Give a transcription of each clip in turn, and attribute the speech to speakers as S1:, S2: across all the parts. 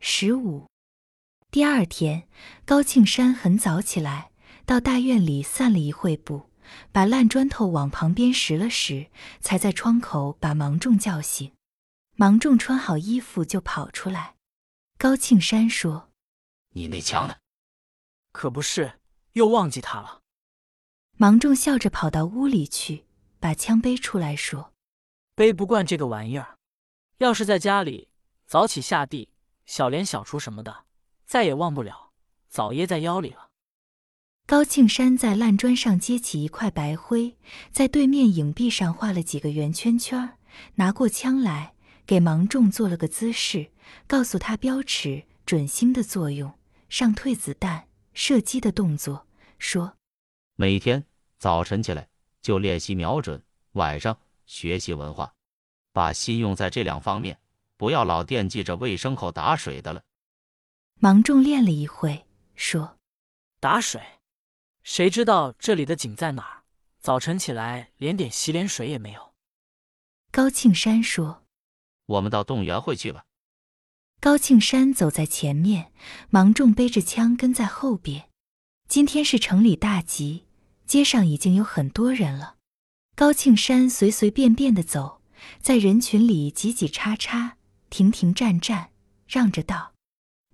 S1: 十五。第二天，高庆山很早起来，到大院里散了一会步，把烂砖头往旁边拾了拾，才在窗口把芒种叫醒。芒种穿好衣服就跑出来。高庆山说
S2: 你那枪呢？
S3: 可不是，又忘记他了。：“
S1: 芒种笑着跑到屋里去，把枪背出来，说
S3: 背不惯这个玩意儿，要是在家里早起下地，小连小厨什么的，再也忘不了，早掖在腰里了。：‘
S1: 高庆山在烂砖上揭起一块白灰，在对面影壁上画了几个圆圈圈儿，拿过枪来给芒种做了个姿势，告诉他标尺准星的作用、上退子弹、射击的动作，说
S2: 每天早晨起来就练习瞄准，晚上学习文化，把心用在这两方面，不要老惦记着为牲口打水的了。
S1: 芒种练了一会，说
S3: 打水，谁知道这里的井在哪儿？早晨起来连点洗脸水也没有。
S1: 高庆山说。’
S2: 我们到动员会去吧。
S1: 高庆山走在前面，芒种背着枪跟在后边。今天是城里大集，街上已经有很多人了。高庆山随随便便的走，在人群里挤挤叉叉，停停站站，让着道。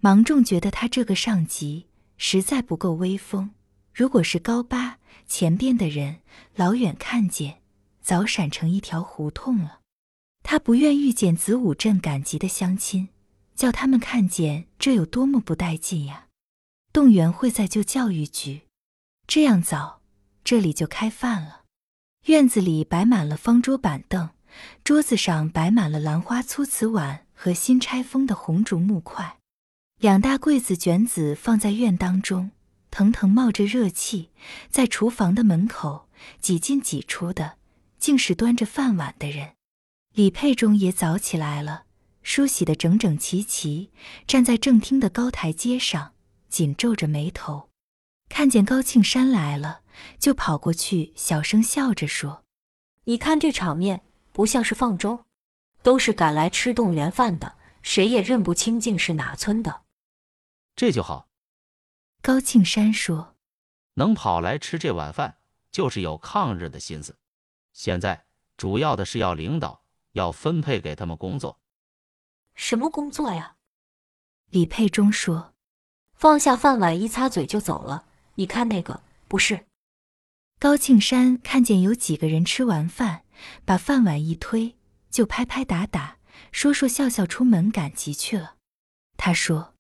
S1: 芒种觉得他这个上级实在不够威风，如果是高八前边的人，老远看见，早闪成一条胡同了。他不愿遇见子午镇赶集的乡亲，叫他们看见这有多么不带劲呀！动员会在旧教育局，这样早这里就开饭了。院子里摆满了方桌板凳，桌子上摆满了兰花粗瓷碗和新拆封的红竹木块，两大柜子卷子放在院当中，腾腾冒着热气，在厨房的门口几进几出的，竟是端着饭碗的人。李佩中也早起来了，梳洗得整整齐齐，站在正厅的高台阶上，紧皱着眉头。看见高庆山来了，就跑过去，小声笑着说
S4: 你看这场面，不像是放粥，都是赶来吃动员饭的，谁也认不清净是哪村的。
S2: 这就好，：“
S1: 高庆山说，
S2: 能跑来吃这碗饭，就是有抗日的心思。现在主要的是要领导，要分配给他们工作。
S4: 什么工作呀？
S1: 李佩中说，
S4: 放下饭碗，一擦嘴就走了。你看那个，不是
S1: 高庆山看见有几个人吃完饭，把饭碗一推，就拍拍打打，说说笑笑出门赶集去了。他说。”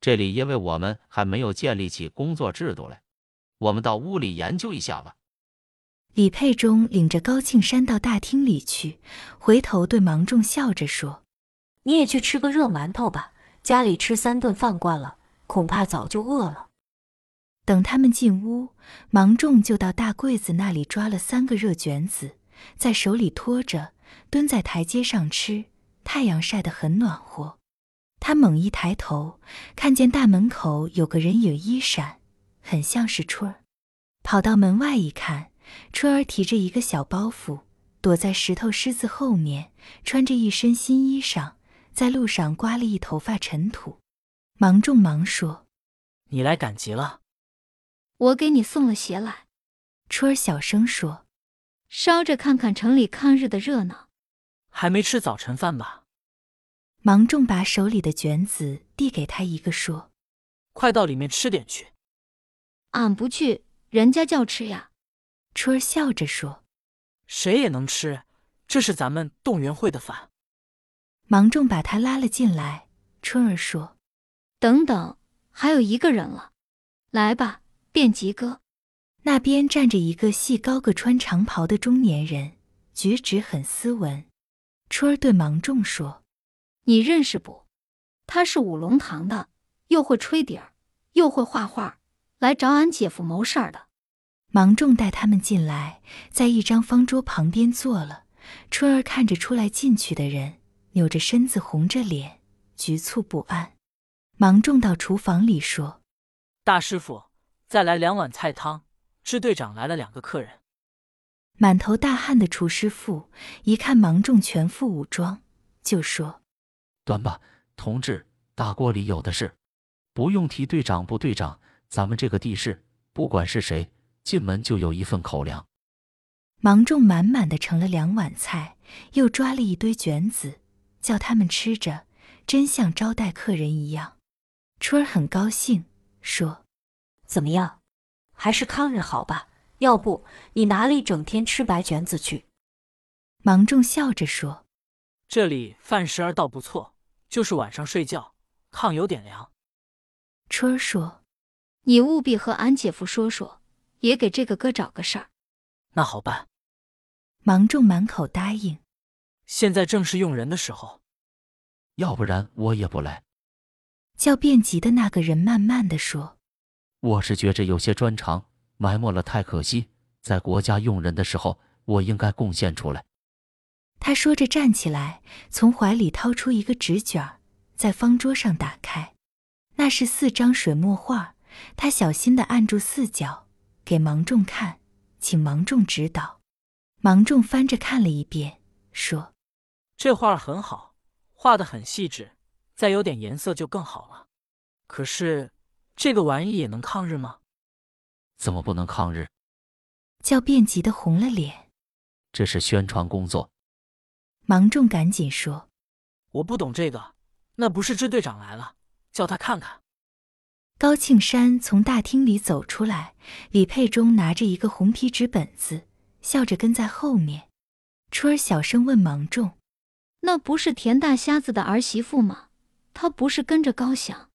S2: 这里因为我们还没有建立起工作制度来，我们到屋里研究一下吧。
S1: 李佩中领着高庆山到大厅里去，回头对芒种笑着说
S4: 你也去吃个热馒头吧，家里吃三顿饭惯了，恐怕早就饿了。：“
S1: 等他们进屋，芒种就到大柜子那里抓了三个热卷子，在手里托着，蹲在台阶上吃。太阳晒得很暖和。”他猛一抬头，看见大门口有个人影一闪，很像是春儿。跑到门外一看，春儿提着一个小包袱，躲在石头狮子后面，穿着一身新衣裳，在路上刮了一头发尘土。芒种忙说
S3: 你来赶集了，
S5: 我给你送了鞋来，：“
S1: 春儿小声说。
S5: 捎着看看城里抗日的热闹。
S3: 还没吃早晨饭吧？”
S1: 芒种把手里的卷子递给他一个，说
S3: 快到里面吃点去。
S5: 俺不去，人家叫吃呀。：“
S1: 春儿笑着说。
S3: 谁也能吃，这是咱们动员会的饭。”
S1: 芒种把他拉了进来。春儿说
S5: 等等，还有一个人了，来吧，便吉哥。：“
S1: 那边站着一个细高个穿长袍的中年人，举止很斯文。”春儿对芒种说。
S5: 你认识不？他是五龙堂的，又会吹笛儿，又会画画，来找俺姐夫谋事儿的。
S1: 芒种带他们进来，在一张方桌旁边坐了。春儿看着出来进去的人，扭着身子，红着脸，局促不安。芒种到厨房里说
S3: 大师傅，再来两碗菜汤。支队长来了两个客人，：“
S1: 满头大汗的厨师傅一看芒种全副武装，就说
S2: 短吧，同志，大锅里有的是。不用提队长不队长，咱们这个地势，不管是谁进门就有一份口粮。
S1: 芒种满满的盛了两碗菜，又抓了一堆卷子，叫他们吃着，真像招待客人一样。春儿很高兴，说
S4: 怎么样？还是康日好吧？要不你拿了一整天吃白卷子去？：“
S1: 芒种笑着说，
S3: 这里饭食儿倒不错，就是晚上睡觉炕有点凉。
S1: 春儿说，
S5: 你务必和安姐夫说说，也给这个哥找个事儿。
S3: 那好办，
S1: 芒种满口答应。
S3: 现在正是用人的时候。
S2: 要不然我也不来。
S1: 叫变急的那个人慢慢的说
S2: 我是觉着有些专长埋没了，太可惜。在国家用人的时候，我应该贡献出来。：“
S1: 他说着站起来，从怀里掏出一个纸卷儿，在方桌上打开，那是四张水墨画。他小心的按住四角，给芒种看，请芒种指导。”芒种翻着看了一遍，说
S3: 这画儿很好，画的很细致，再有点颜色就更好了。可是这个玩意也能抗日吗？
S2: 怎么不能抗日？：“
S1: 叫变急的红了脸。
S2: 这是宣传工作。”
S1: 芒种赶紧说
S3: 我不懂这个，那不是支队长来了，叫他看看。：“
S1: 高庆山从大厅里走出来，李佩忠拿着一个红皮纸本子，笑着跟在后面。”春儿小声问芒种。
S5: 那不是田大瞎子的儿媳妇吗？她不是跟着高翔，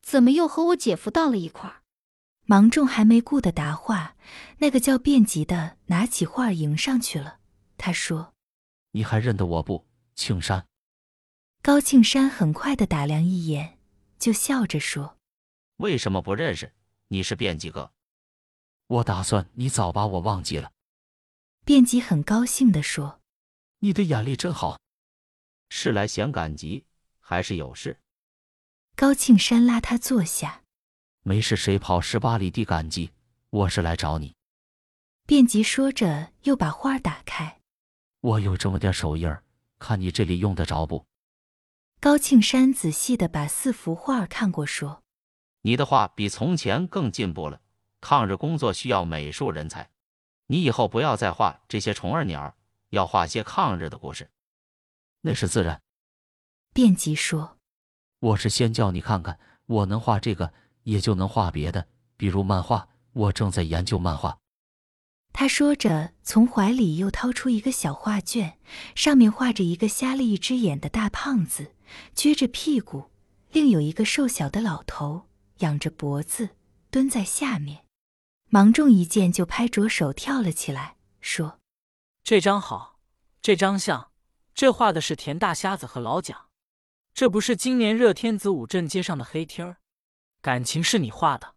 S5: 怎么又和我姐夫到了一块儿？
S1: 芒种还没顾得答话，那个叫卞吉的拿起画儿迎上去了。他说
S2: 你还认得我不？庆山，：“
S1: 高庆山很快的打量一眼，就笑着说
S2: 为什么不认识？你是变几个？我打算你早把我忘记了。：‘
S1: 卞吉很高兴的说，
S2: 你的眼力真好。是来闲赶集，还是有事？
S1: 高庆山拉他坐下。
S2: 没事，谁跑十八里地赶集？我是来找你。
S1: 卞吉说着，又把画儿打开。
S2: 我有这么点手艺儿，看你这里用得着不？
S1: 高庆山仔细的把四幅画儿看过，说
S2: 你的画比从前更进步了。抗日工作需要美术人才，你以后不要再画这些虫儿鸟儿，要画些抗日的故事。那是自然。：‘
S1: 卞吉说，
S2: 我是先叫你看看，我能画这个，也就能画别的，比如漫画。我正在研究漫画。
S1: 他说着，从怀里又掏出一个小画卷，上面画着一个瞎了一只眼的大胖子，撅着屁股；另有一个瘦小的老头，仰着脖子蹲在下面。芒种一见就拍着手跳了起来，说
S3: 这张好，这张像，这画的是田大瞎子和老蒋，这不是今年热天子午镇街上的黑天儿，感情是你画的。：“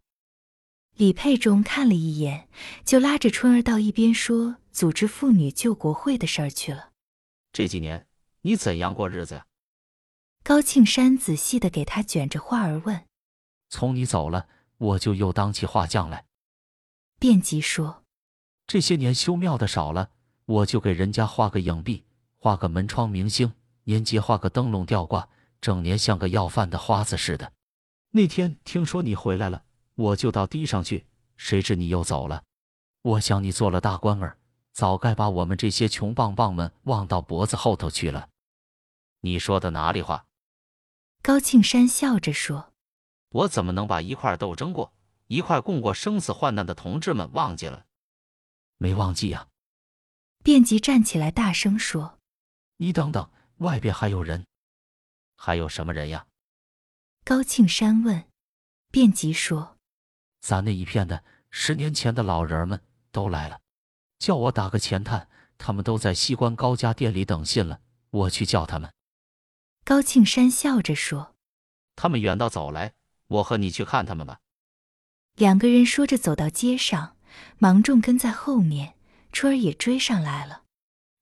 S1: 李佩忠看了一眼，就拉着春儿到一边说，组织妇女救国会的事儿去了。”
S2: 这几年你怎样过日子呀？
S1: 高庆山仔细的给他卷着画儿问，
S2: 从你走了，我就又当起画匠来。
S1: 便急说
S2: 这些年修庙的少了，我就给人家画个影壁，画个门窗明星，年节画个灯笼吊挂，整年像个要饭的花子似的。那天听说你回来了，我就到堤上去，谁知你又走了。我想你做了大官儿，早该把我们这些穷棒棒们忘到脖子后头去了。你说的哪里话？：“
S1: 高庆山笑着说。”
S2: 我怎么能把一块儿斗争过、一块儿共过生死患难的同志们忘记了？没忘记啊呀、
S1: 便即站起来大声说
S2: 你等等，外边还有人。还有什么人呀？：“
S1: 高庆山问。”便即说
S2: 咱那一片的十年前的老人儿们都来了，叫我打个前探，他们都在西关高家店里等信了，我去叫他们。：“
S1: 高庆山笑着说。
S2: 他们远道走来，我和你去看他们吧。”
S1: 两个人说着走到街上，芒种跟在后面，春儿也追上来了。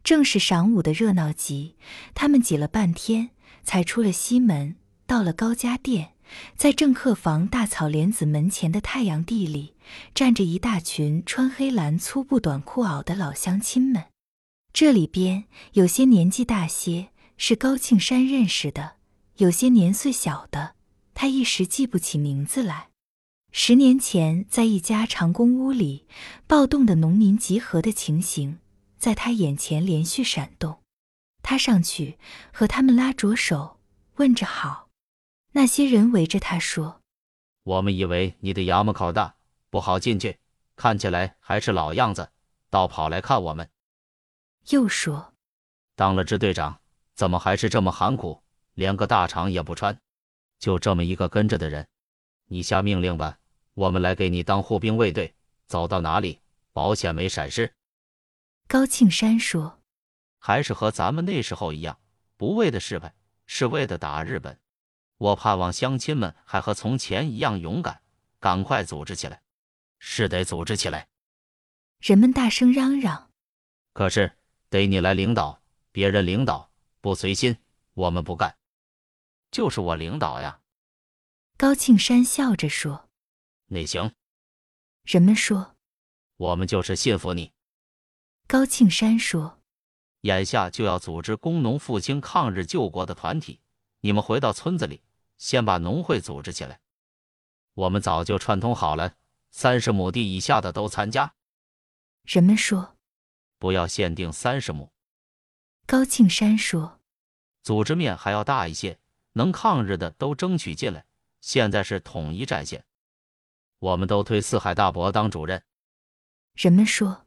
S1: 正是晌午的热闹集，他们挤了半天，才出了西门，到了高家店。在正客房大草莲子门前的太阳地里，站着一大群穿黑蓝粗布短裤袄的老乡亲们。这里边有些年纪大些，是高庆山认识的；有些年岁小的，他一时记不起名字来。十年前，在一家长工屋里，暴动的农民集合的情形在他眼前连续闪动。他上去和他们拉着手，问着好。那些人围着他说
S2: 我们以为你的衙门口大，不好进去，看起来还是老样子，倒跑来看我们。
S1: 又说。
S2: 当了支队长，怎么还是这么寒苦，连个大氅也不穿？就这么一个跟着的人，你下命令吧，我们来给你当护兵卫队，走到哪里保险没闪失，
S1: 高庆山说
S2: 还是和咱们那时候一样，不为的失败，是为的打日本。我盼望乡亲们还和从前一样勇敢，赶快组织起来，是得组织起来。：“
S1: 人们大声嚷嚷。
S2: 可是得你来领导，别人领导不随心，我们不干。就是我领导呀，”
S1: 高庆山笑着说
S2: 那行，：“
S1: 人们说。
S2: 我们就是信服你。”
S1: 高庆山说
S2: 眼下就要组织工农复兴抗日救国的团体，你们回到村子里，先把农会组织起来。我们早就串通好了，三十亩地以下的都参加，：“
S1: 人们说。
S2: 不要限定三十亩，”
S1: 高庆山说
S2: 组织面还要大一些，能抗日的都争取进来。现在是统一战线，我们都推四海大伯当主任，：“
S1: 人们说。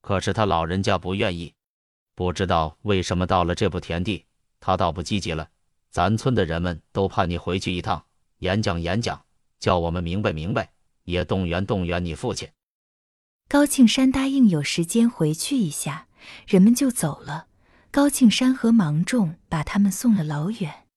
S2: 可是他老人家不愿意，不知道为什么到了这步田地，他倒不积极了。咱村的人们都盼你回去一趟，演讲演讲，叫我们明白明白，也动员动员你父亲。”
S1: 高庆山答应有时间回去一下，人们就走了。高庆山和芒种把他们送了老远。